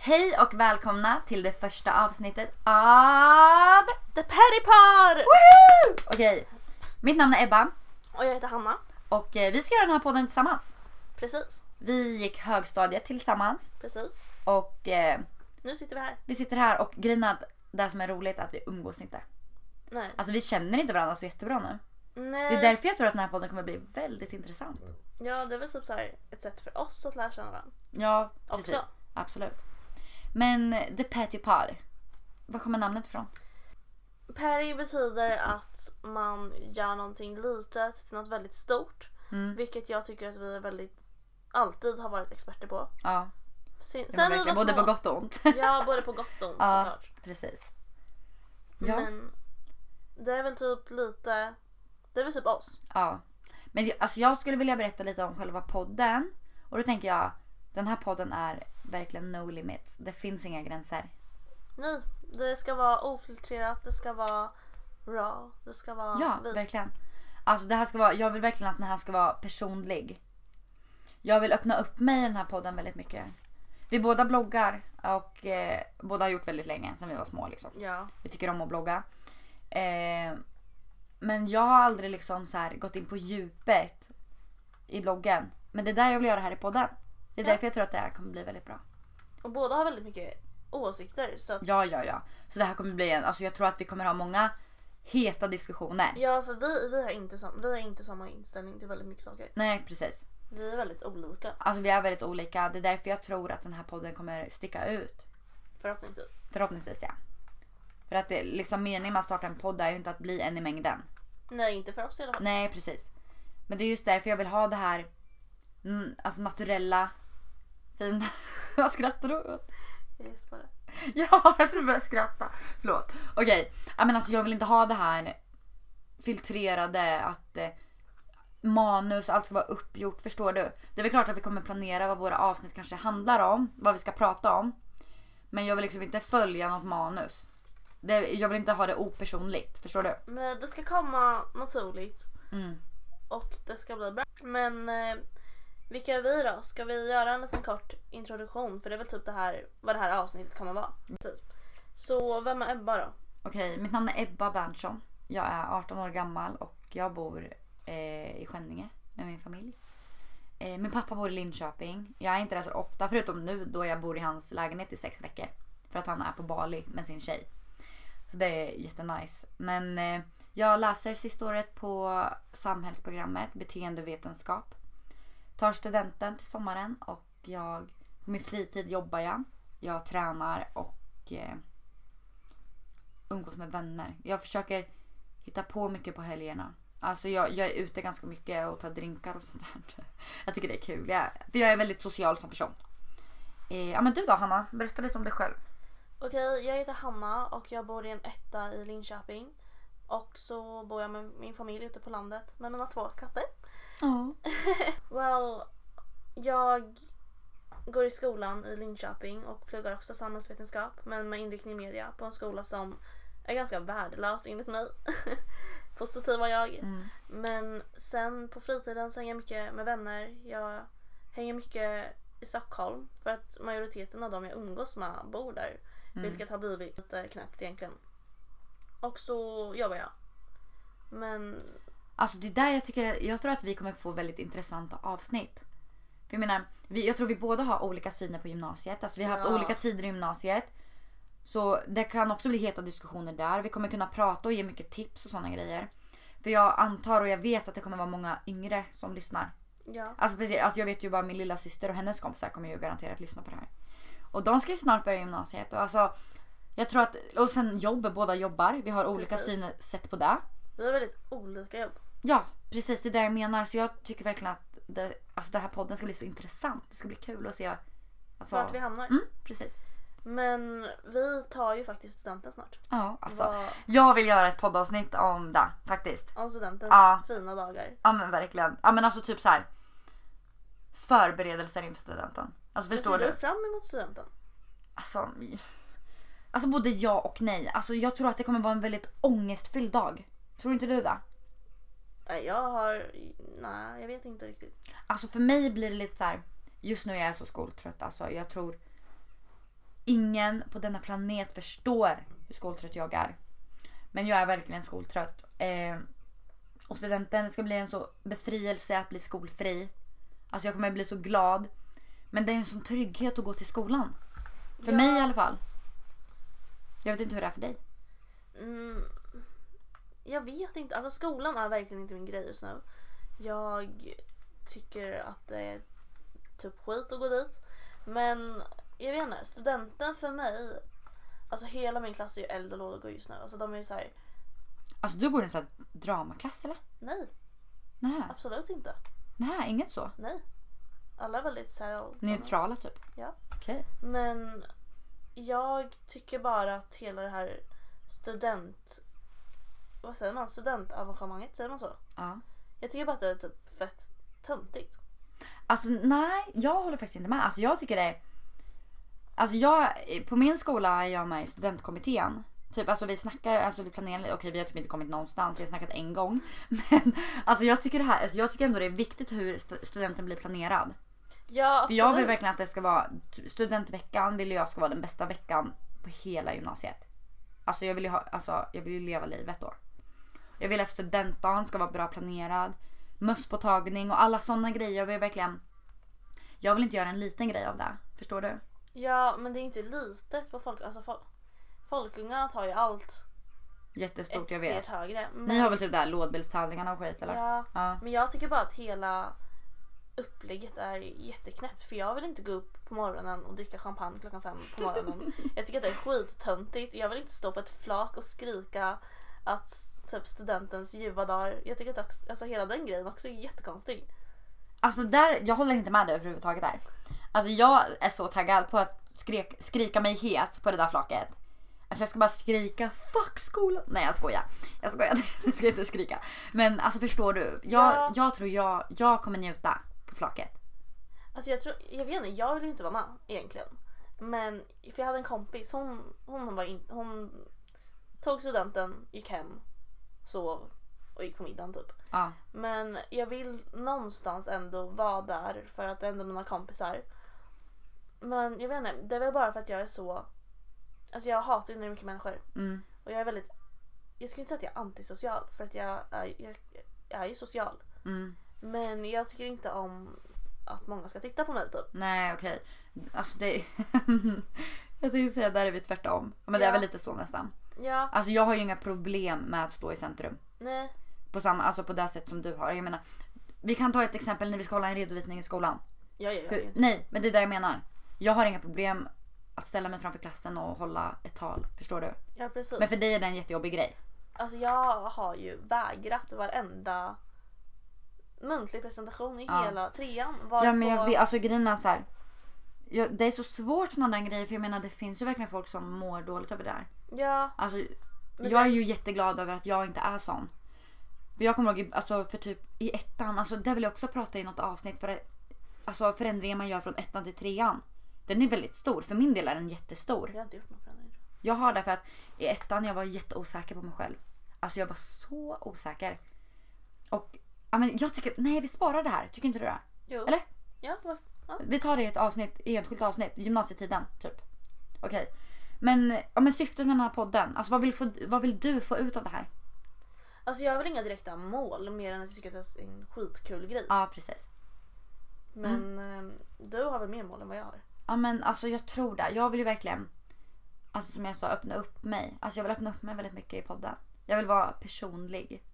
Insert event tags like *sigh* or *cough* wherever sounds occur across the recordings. Hej och välkomna till det första avsnittet av The Petty Pod! Okej, mitt namn är Ebba Och jag heter Hanna. och eh, vi ska göra den här podden tillsammans. Precis, Vi gick högstadiet tillsammans precis. och eh, Nu sitter vi här. vi sitter här och grejen är att det som är roligt är att vi umgås inte. Nej. Alltså vi känner inte varandra så jättebra nu. Nej. Det är därför jag tror att den här podden kommer bli väldigt intressant. Ja, det är väl typ så här ett sätt för oss att lära känna varandra. Ja, Också. precis. Absolut. Men eh, The Patty Pod, var kommer namnet ifrån? Perry betyder att man gör någonting litet till något väldigt stort. Mm. Vilket jag tycker att vi är väldigt, alltid har varit experter på. Ja, Sen, det var sen vi var verkligen både små. på gott och ont. *laughs* Ja, både på gott och ont Ja. såklart. Precis. Ja. Men det är väl typ lite, det är väl typ oss. Ja. Men jag- alltså jag skulle vilja berätta lite om själva podden. Och då tänker jag, den här podden är verkligen no limits. Det finns inga gränser. Nej, det ska vara ofiltrerat, det ska vara raw, det ska vara Ja, vi. verkligen. Alltså det här ska vara, jag vill verkligen att den här ska vara personlig. Jag vill öppna upp mig i den här podden väldigt mycket. Vi båda bloggar och eh, båda har gjort väldigt länge, sen vi var små liksom. Ja. Vi tycker om att blogga. Eh, men jag har aldrig liksom så här gått in på djupet i bloggen. Men det är där jag vill göra här i podden. Det är Ja. därför jag tror att det här kommer bli väldigt bra. Och båda har väldigt mycket åsikter så att, ja. Ja, ja, ja. Så det här kommer bli en... Alltså jag tror att vi kommer ha många heta diskussioner. för vi, vi, har inte sam, vi har inte samma inställning till väldigt mycket saker. Nej, precis. Vi är väldigt olika Alltså vi är väldigt olika. Det är därför jag tror att den här podden kommer sticka ut. förhoppningsvis. Förhoppningsvis ja. För att det, liksom meningen med att starta en podd är ju inte att bli en i mängden. Nej, inte för oss i alla fall. Nej, precis. Men det är just därför jag vill ha det här mm, alltså naturella, fina... *laughs* Vad skrattar du åt? Jag gäspade. Ja, jag tror börja skratta. Förlåt. Okej, ja, men alltså jag vill inte ha det här filtrerade att eh, manus, allt ska vara uppgjort. Förstår du? Det är väl klart att vi kommer planera vad våra avsnitt kanske handlar om, vad vi ska prata om. Men jag vill liksom inte följa något manus. Det, jag vill inte ha det opersonligt. Förstår du? Men det ska komma naturligt Mm. och det ska bli bra. Men eh, vilka är vi då? Ska vi göra en liten kort introduktion? För det är väl typ det här, vad det här avsnittet kommer vara. Typ. Så vem är Ebba då? Okej, mitt namn är Ebba Berntsson. Jag är 18 år gammal och jag bor eh, i Skänninge med min familj. Eh, min pappa bor i Linköping. Jag är inte där så ofta förutom nu då jag bor i hans lägenhet i sex veckor. För att han är på Bali med sin tjej. Så det är jättenice. Men eh, jag läser sista året på samhällsprogrammet beteendevetenskap. Tar studenten till sommaren och jag, på min fritid jobbar jag. Jag tränar och eh, umgås med vänner. Jag försöker hitta på mycket på helgerna. Alltså jag, jag är ute ganska mycket och tar drinkar och sånt där. *laughs* Jag tycker det är kul. Jag, för jag är väldigt social som person. Eh, ja men du då Hanna, berätta lite om dig själv. Okej, jag heter Hanna och jag bor i en etta i Linköping. Och så bor jag med min familj ute på landet med mina två katter. Ja. Well, jag går i skolan i Linköping och pluggar också samhällsvetenskap men med inriktning i media på en skola som är ganska värdelös enligt mig. *laughs* Positiva jag. Mm. Men sen på fritiden så hänger jag mycket med vänner. Jag hänger mycket i Stockholm för att majoriteten av dem jag umgås med bor där. Vilket har blivit lite knäppt egentligen. Och så jobbar jag. Men Alltså det är där jag tycker, jag tror att vi kommer få väldigt intressanta avsnitt. För jag menar, vi, jag tror vi båda har olika syner på gymnasiet. Alltså vi har haft Ja. olika tider i gymnasiet. Så det kan också bli heta diskussioner där. Vi kommer kunna prata och ge mycket tips och sådana grejer. För jag antar och jag vet att det kommer vara många yngre som lyssnar. ja. Alltså, precis, alltså jag vet ju bara min lilla syster och hennes kompisar kommer ju garanterat lyssna på det här. Och de ska ju snart börja gymnasiet. Och alltså, jag tror att, och sen jobb, båda jobbar. Vi har olika Precis. synsätt på det. Vi har väldigt olika jobb. Ja, precis det är det jag menar. Så jag tycker verkligen att det, alltså den här podden ska bli så intressant. Det ska bli kul att se. Alltså, Vart vi hamnar. mm, precis. Men vi tar ju faktiskt studenten snart. Ja, alltså. Vad, Jag vill göra ett poddavsnitt om det faktiskt. om studentens Ja. fina dagar. Ja men verkligen. Ja men alltså typ så här. Förberedelser inför studenten. Alltså Men förstår ser du? du fram emot studenten? Alltså, alltså både ja och nej. Alltså jag tror att det kommer vara en väldigt ångestfylld dag. Tror inte du det? Nej, jag har... Nej, jag vet inte riktigt. Alltså för mig blir det lite så här. Just nu är jag så skoltrött. Alltså jag tror Ingen på denna planet förstår hur skoltrött jag är. Men jag är verkligen skoltrött. Eh, och studenten ska bli en så befrielse att bli skolfri. Alltså jag kommer bli så glad. Men det är en sån trygghet att gå till skolan. För Ja. mig i alla fall. Jag vet inte hur det är för dig. Mm, jag vet inte. Alltså skolan är verkligen inte min grej just nu. Jag tycker att det är typ skit att gå dit. Men jag vet inte. Studenten för mig. Alltså hela min klass är ju eld och lågor just nu. Alltså de är ju så här. Alltså du går i en sån här dramaklass eller? Nej, Nej, absolut inte. nej inget så. Nej. Alla är väldigt så här. Neutrala typ. Ja. Okej. Men jag tycker bara att hela det här student... Vad säger man? Studentavagemanget, säger man så? Ja. Jag tycker bara att det är typ fett töntigt. Alltså nej, jag håller faktiskt inte med. Alltså jag tycker det är... Alltså jag, på min skola är jag med i studentkommittén. Typ alltså vi snackar, alltså vi planerar lite. Okej vi har typ inte kommit någonstans, vi har snackat en gång. *laughs* Men alltså jag tycker det här, alltså jag tycker ändå det är viktigt hur st- studenten blir planerad. Ja, För absolut. jag vill verkligen att det ska vara, studentveckan vill jag ska vara den bästa veckan på hela gymnasiet. Alltså jag vill ju, ha, alltså, jag vill ju leva livet då. Jag vill att studentdagen ska vara bra planerad, mösspåtagning och alla sådana grejer. Jag vill verkligen, jag vill inte göra en liten grej av det. Förstår du? Ja, men det är inte litet på folk... Alltså folk... Folkungarna tar ju allt Jättestort ett jag steg vet. högre. Men, Ni har väl typ där lådbilstävlingarna och skit eller? ja, Ja. men jag tycker bara att hela upplägget är jätteknäppt. För jag vill inte gå upp på morgonen och dricka champagne klockan fem på morgonen. jag tycker att det är skittöntigt. Jag vill inte stå på ett flak och skrika att typ studentens ljuva dagar. Jag tycker att också, alltså, hela den grejen också är jättekonstig. Alltså där, jag håller inte med dig överhuvudtaget där. Alltså jag är så taggad på att skrek, skrika mig hes på det där flaket. Alltså jag ska bara skrika fuck skolan. Nej jag skojar. Jag skojar, *laughs* jag ska inte skrika. Men alltså förstår du? Jag, Ja. jag tror jag, jag kommer njuta på flaket. Alltså jag tror, jag vet inte, jag vill ju inte vara med egentligen. Men, för jag hade en kompis, hon, hon, var in, hon tog studenten, gick hem, sov och gick på middagen typ. Ja. Men jag vill någonstans ändå vara där för att det är ändå mina kompisar. Men jag vet inte, det är väl bara för att jag är så... Alltså jag hatar ju när det är mycket människor. Mm. Och jag är väldigt... Jag skulle inte säga att jag är antisocial för att jag är, jag, jag är ju social. Mm. Men jag tycker inte om att många ska titta på mig typ. Nej okej. Alltså det... *laughs* jag tänkte säga där är vi tvärtom. Men det är Ja. väl lite så nästan. Ja, Alltså jag har ju inga problem med att stå i centrum. nej. På samma, alltså på det sätt som du har. Jag menar, vi kan ta ett exempel när vi ska hålla en redovisning i skolan. Jag gör Hur, ju nej, men det är det jag menar. Jag har inga problem att ställa mig framför klassen och hålla ett tal. Förstår du? Ja precis. Men för dig är det en jättejobbig grej. Alltså jag har ju vägrat varenda muntlig presentation i Ja. hela trean. Var Ja, men jag, vet- alltså grejen är så här. Jag, det är så svårt sådana där grejer för jag menar det finns ju verkligen folk som mår dåligt över det här. ja, Alltså, Men jag det- är ju jätteglad över att jag inte är sån. För jag kommer ihåg i- alltså, för typ i ettan, alltså, där vill jag också prata i något avsnitt. För det- alltså, förändringen man gör från ettan till trean. Den är väldigt stor. För min del är den jättestor. jag har inte gjort någon förändring. Jag har därför att i ettan jag var jätteosäker på mig själv. Alltså jag var så osäker. Och ja, men jag tycker, nej vi sparar det här. Tycker inte du det? Jo. Eller? Ja, varför? Ja. Vi tar det i ett avsnitt, i ett enskilt avsnitt. Gymnasietiden, typ. Okej. Men, ja, men syftet med den här podden. Alltså vad vill, få, vad vill du få ut av det här? Alltså jag har väl inga direkta mål mer än att jag tycker att det är en skitkul grej. Ja, precis. Men eh, du har väl mer mål än vad jag har? Ja men alltså jag tror det. Jag vill ju verkligen, alltså som jag sa, öppna upp mig. Alltså jag vill öppna upp mig väldigt mycket i podden. Jag vill vara personlig.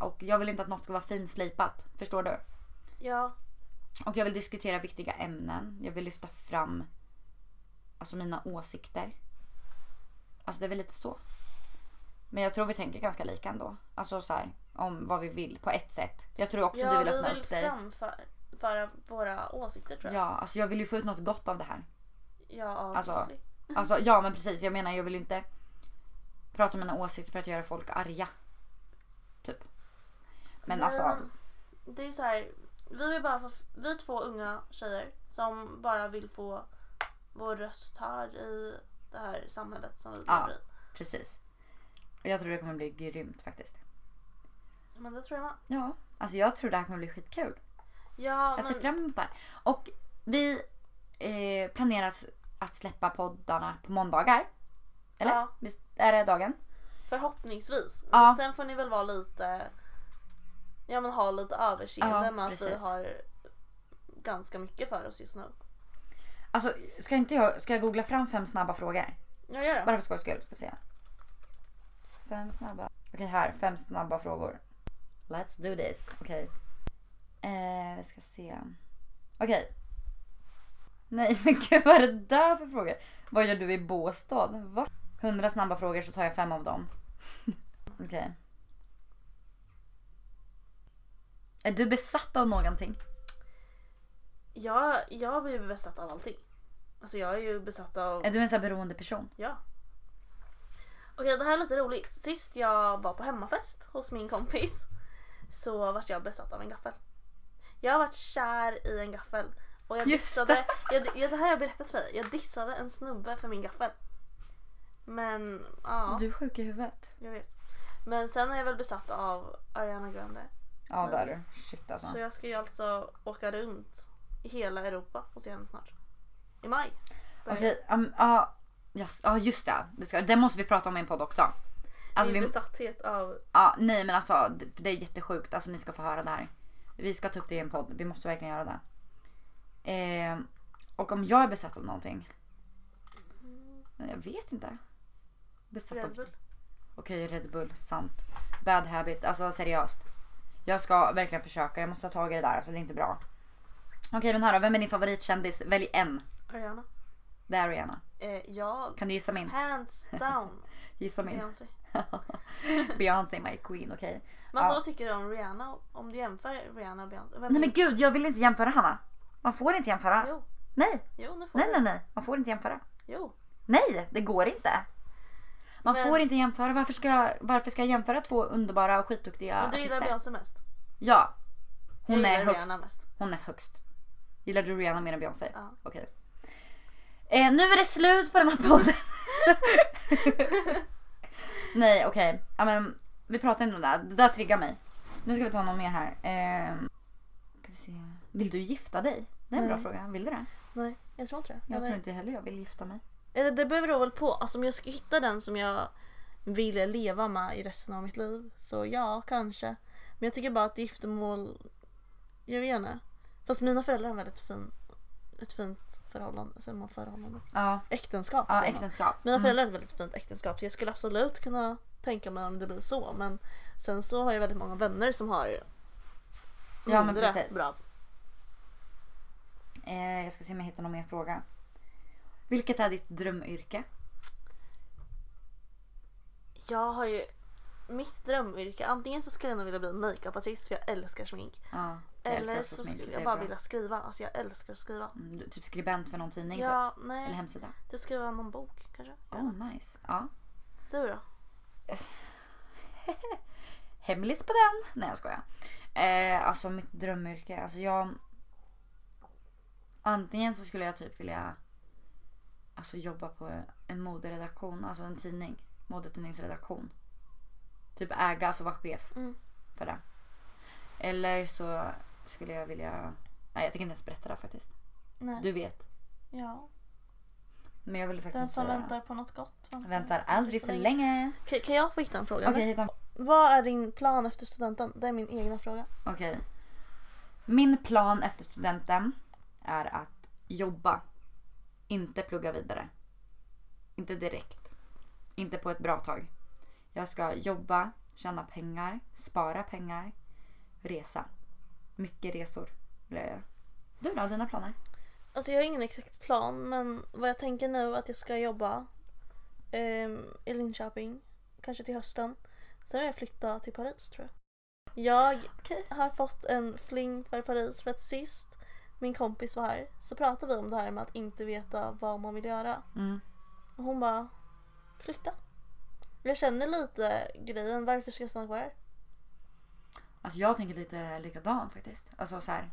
Och jag vill inte att något ska vara finslipat. Förstår du? Ja. Och jag vill diskutera viktiga ämnen. Jag vill lyfta fram alltså mina åsikter. Alltså det är väl lite så. Men jag tror vi tänker ganska lika ändå. Alltså så här, om vad vi vill på ett sätt. Jag tror också du ja, vill öppna vi vill upp dig. framföra våra åsikter tror jag. Ja, alltså jag vill ju få ut något gott av det här. Ja, Alltså- obviously. Alltså ja men precis, jag menar jag vill ju inte prata om mina åsikter för att göra folk arga. Typ. Men alltså, Eh, Det är så här, vi, vill bara få, vi är två unga tjejer som bara vill få vår röst hörd i det här samhället som vi lever Ja. i. precis. Och jag tror det kommer bli grymt faktiskt. Men det tror jag med. Ja, alltså jag tror det här kommer bli skitkul. Ja, Jag ser men, fram emot det här. Och vi eh, planerar att släppa poddarna på måndagar. Eller? Ja. Visst är det dagen? Förhoppningsvis. Ja. Sen får ni väl vara lite... Ja men ha lite överseende Ja, med att vi precis. har ganska mycket för oss just nu. Alltså, ska, inte jag, ska jag googla fram fem snabba frågor? Jag gör det. Bara för skojs skull ska vi se. Fem snabba. Okej här, fem snabba frågor. Let's do this. Okej. Eh, vi ska se. Okej. Nej *laughs* men gud vad är det där för frågor? Vad gör du i Båstad? Va? 100 snabba frågor så tar jag fem av dem. *laughs* Okej. Är du besatt av någonting? Jag, jag blir ju besatt av allting. Alltså jag är ju besatt av... Är du en sån här beroende person? Ja. Okej, det här är lite roligt. Sist jag var på hemmafest hos min kompis så vart jag besatt av en gaffel. Jag har varit kär i en gaffel. Och jag Just dissade, det. *laughs* jag, jag, det här har jag berättat för dig. Jag dissade en snubbe för min gaffel. Men ja, Du är sjuk i huvudet. jag vet. Men sen är jag väl besatt av Ariana Grande. Ja det är du. Shit alltså. Så jag ska ju alltså åka runt i hela Europa och se henne snart. I maj. börjar jag. Okej, um, ja. yes, ja, just det. Det, ska, det måste vi prata om i en podd också. Alltså, Min vi, besatthet av... ja, nej men alltså det, för det är jättesjukt. Alltså ni ska få höra det här. Vi ska ta upp det i en podd. Vi måste verkligen göra det. Eh, och om jag är besatt av någonting? Nej, jag vet inte. Besatt Red av... Bull. Okej, Red Bull. Sant. Bad habit. Alltså seriöst. Jag ska verkligen försöka. Jag måste ta tag i det där. Alltså det är inte bra. Okej men här då. Vem är din favoritkändis? Välj en. Ariana. Det är Rihanna. Eh, jag Kan du gissa min? *laughs* Hands down Gissa min. Beyoncé. Beyoncé my queen, okej. Men alltså, Ja. vad tycker du om Rihanna? Om du jämför Rihanna och Beyoncé? Vem Nej men gud, jag vill inte jämföra Hanna. Man får inte jämföra. Jo, Nej, jo nu får nej, du. nej, nej. Man får inte jämföra. Jo. Nej, det går inte. Man Men- får inte jämföra. Varför ska, jag, varför ska jag jämföra två underbara och skitduktiga Men du gillar artister? Beyoncé mest? Ja. Jag Hon är, gillar högst, Rihanna mest. hon är högst. Gillar du Rihanna mer än Beyoncé? Ja. Okej. Eh, nu är det slut på den här *laughs* podden. Nej, okej. Ja, men vi pratar inte om det. här. Det där triggar mig. Nu ska vi ta någon mer här. Eh, ska vi se. Vill du gifta dig? Det är en bra Nej. fråga. Vill du det? Nej, jag tror inte det. Jag Eller, tror inte heller jag vill gifta mig. eller det beror väl på. Alltså om jag ska hitta den som jag vill leva med i resten av mitt liv så ja, kanske. Men jag tycker bara att giftermål... Jag vet inte. Fast mina föräldrar har väldigt fin, ett fint förhållande. Säger man förhållande? Ja, Äktenskap ja säger man. äktenskap. Mina Mm. föräldrar hade ett väldigt fint äktenskap så jag skulle absolut kunna tänka mig om det blir så. Men sen så har jag väldigt många vänner som har Ja, men mindre precis. bra. Eh, jag ska se om jag hittar någon mer fråga. Vilket är ditt drömyrke? Jag har ju mitt drömyrke. Antingen så skulle jag nog vilja bli makeupartist för jag älskar smink. Ja, jag älskar Eller också så smink. skulle Det jag är bara bra. vilja skriva. Alltså jag älskar att skriva. Mm, du- Typ skribent för någon tidning? Typ. Ja, Eller nej. hemsida? Du skriver någon bok kanske? Oh, nice. Ja. Du då? hemlis på den. Nej jag skojar. Eh, alltså mitt drömyrke. Alltså jag... Antingen så skulle jag typ vilja alltså, jobba på en moderedaktion, alltså en tidning. Modetidningsredaktion. Typ äga, alltså vara chef Mm. för det. Eller så skulle jag vilja... Nej jag tänker inte ens berätta det här faktiskt. Nej. Du vet. Ja. Men jag vill faktiskt inte säga det. på något gott Väntar aldrig för länge. Kan, kan jag få hitta en fråga? Okej, hitta en- Vad är din plan efter studenten? Det är min egna fråga. Okej. Min plan efter studenten är att jobba. Inte plugga vidare. Inte direkt. Inte på ett bra tag. Jag ska jobba, tjäna pengar, spara pengar, resa. Mycket resor vill jag göra. Du då, dina planer? Alltså jag har ingen exakt plan men vad jag tänker nu är att jag ska jobba ehm, i Linköping, kanske till hösten. Sen vill jag flytta till Paris tror jag. Jag Okej. har fått en fling för Paris för att sist min kompis var här så pratade vi om det här med att inte veta vad man vill göra. Mm. Och hon bara flytta. Jag känner lite grejen, varför ska jag stanna kvar här? Alltså jag tänker lite likadan faktiskt. Alltså så här.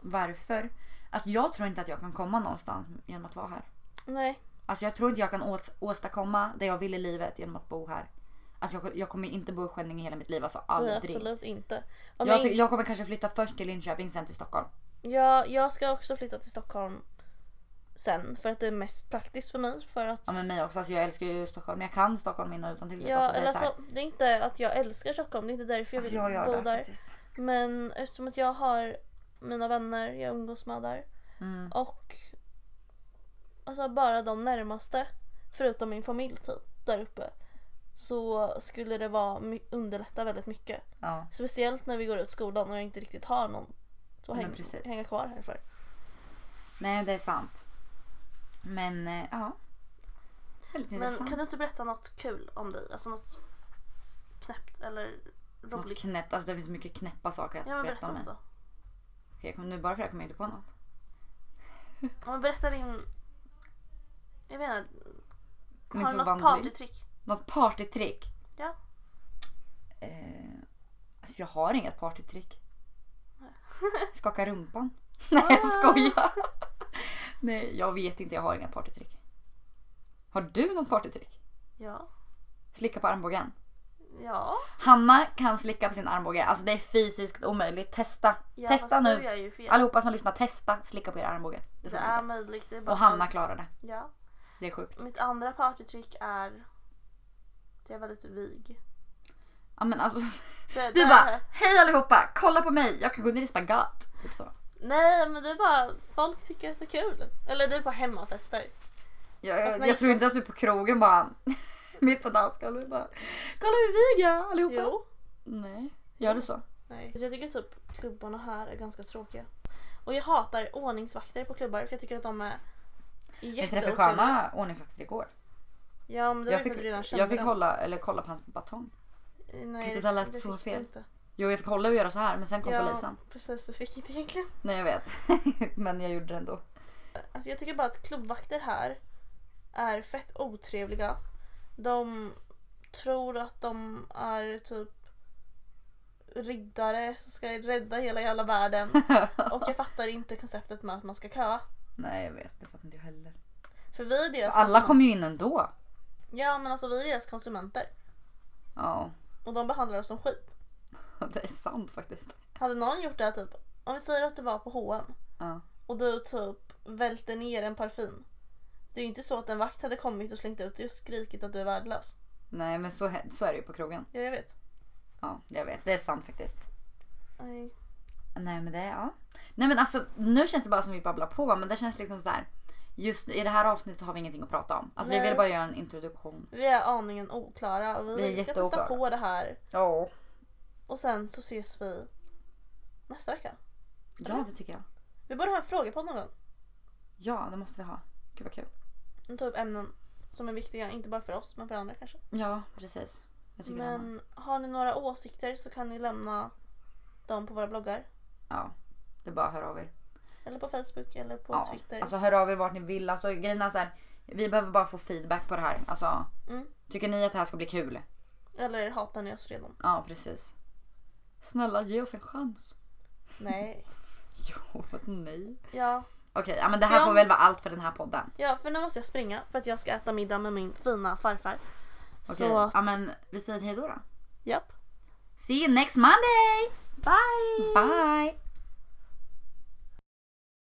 Varför? Alltså jag tror inte att jag kan komma någonstans genom att vara här. Nej, Alltså jag tror inte jag kan ås- åstadkomma det jag vill i livet genom att bo här. Alltså jag, jag kommer inte bo i Skänninge hela mitt liv, alltså nej aldrig. absolut inte. Om jag, jag, ty- jag kommer kanske flytta först till Linköping sen till Stockholm. jag, jag ska också flytta till Stockholm sen för att det är mest praktiskt för mig. För att, Ja men mig också, alltså jag älskar ju Stockholm. Jag kan Stockholm innan och utan till. ja, det är eller så här- alltså, det är inte att jag älskar Stockholm, det är inte därför jag alltså vill jag gör bo det där. faktiskt. Men eftersom att jag har mina vänner jag umgås med där Mm. och alltså bara de närmaste förutom min familj typ där uppe så skulle det vara my- underlätta väldigt mycket. Ja. Speciellt när vi går ut skolan och jag inte riktigt har någon att Men häng, precis. hänga kvar här för. Nej det är sant. Men eh, ja. Väldigt Men intressant. kan du inte berätta något kul om dig? Alltså något knäppt eller Något roligt? knäppt, alltså det finns mycket knäppa saker att Ja men berätta berätta om. något mig. då. Okej, jag kommer- nu bara för det här kommer jag inte på något. Ja, men berätta din... Jag vet inte, Min har du något förvandling. partytrick? Något partytrick? Ja. Eh, alltså jag har inget partytrick. *laughs* Skaka rumpan. Ah. Nej jag skojar. Nej jag vet inte, jag har inga partytrick. Har du något partytrick? Ja. Slicka på armbågen. Ja. Hanna kan slicka på sin armbåge. Alltså det är fysiskt omöjligt. Testa. ja testa fast nu. Du gör ju fel. Allihopa som lyssnar, testa slicka på er armbåge. Det Det funkar är inte. möjligt. Det är bara Och Hanna klarar det. Ja. Det är sjukt. Mitt andra partytrick är att jag var lite vig. Ja, men alltså, Det, du det- *laughs* bara, hej allihopa, kolla på mig, jag kan gå ner i spagat. Typ så. Nej men det är bara, folk tycker att det är kul. Eller det är på hemmafester. Jag, Fast jag, jag man gick tror på- inte att du på krogen bara *laughs* mitt på dansgolvet bara Kolla hur viga allihopa! Jo. Nej, gör du så? Nej. Så jag tycker typ klubbarna här är ganska tråkiga. Och jag hatar ordningsvakter på klubbar för jag tycker att de är Jag träffade jätteotrevliga. sköna ordningsvakter igår. Ja men det var Jag ju för att du fick, redan kände jag fick dem. hålla, eller kolla på hans batong. Nej, Gud, det där lät så fick du fel. Inte. Jo jag fick hålla och göra så här men sen kom Ja. polisen. Precis, det fick inte egentligen. Nej jag vet. *laughs* men jag gjorde det ändå. *laughs* Alltså jag tycker bara att klubbvakter här är fett otrevliga. De tror att de är typ riddare som ska rädda hela jävla *laughs* världen. Och jag fattar inte konceptet med att man ska köa. Nej jag vet, det fattar inte jag heller. För vi är deras Alla konsumenter. kom ju in ändå. Ja men alltså vi är deras konsumenter. Ja, *laughs* Och de behandlar oss som skit. det är sant faktiskt. Hade någon gjort det här typ, om vi säger att det var på H&M Ja. och du typ välter ner en parfym. Det är ju inte så att en vakt hade kommit och slängt ut dig och skrikit att du är värdelös. Nej men så, he- så är det ju på krogen. Ja, jag vet. Ja, jag vet. Det är sant faktiskt. Nej. Nej men det, ja. Nej men alltså nu känns det bara som vi babblar på men det känns liksom så här. Just i det här avsnittet har vi ingenting att prata om. Alltså vi Nej. vill bara göra en introduktion. Vi är aningen oklara och vi, Vi är ska testa jätteoklara. på det här Ja. och sen så ses vi nästa vecka. Ja det tycker jag. Vi borde ha en frågepodd någon gång. Ja det måste vi ha. Gud vad kul. Och Ta upp typ ämnen som är viktiga, inte bara för oss men för andra kanske. Ja precis. Jag tycker det. Men har ni några åsikter så kan ni lämna dem på våra bloggar. Ja. Det är bara att höra av er. Eller på Facebook eller på Ja. Twitter. Alltså hör av er vart ni vill. Alltså grejen är så här. Vi behöver bara få feedback på det här. Alltså. Mm. Tycker ni att det här ska bli kul? Eller hatar ni oss redan? Ja precis. Snälla ge oss en chans. Nej. *laughs* Jo, nej. Ja. Okej, ja, men det här Ja. får väl vara allt för den här podden. ja, för nu måste jag springa för att jag ska äta middag med min fina farfar. Okej, Så att... ja, men vi säger hej då. då. Japp. See you next Monday! Bye! Bye!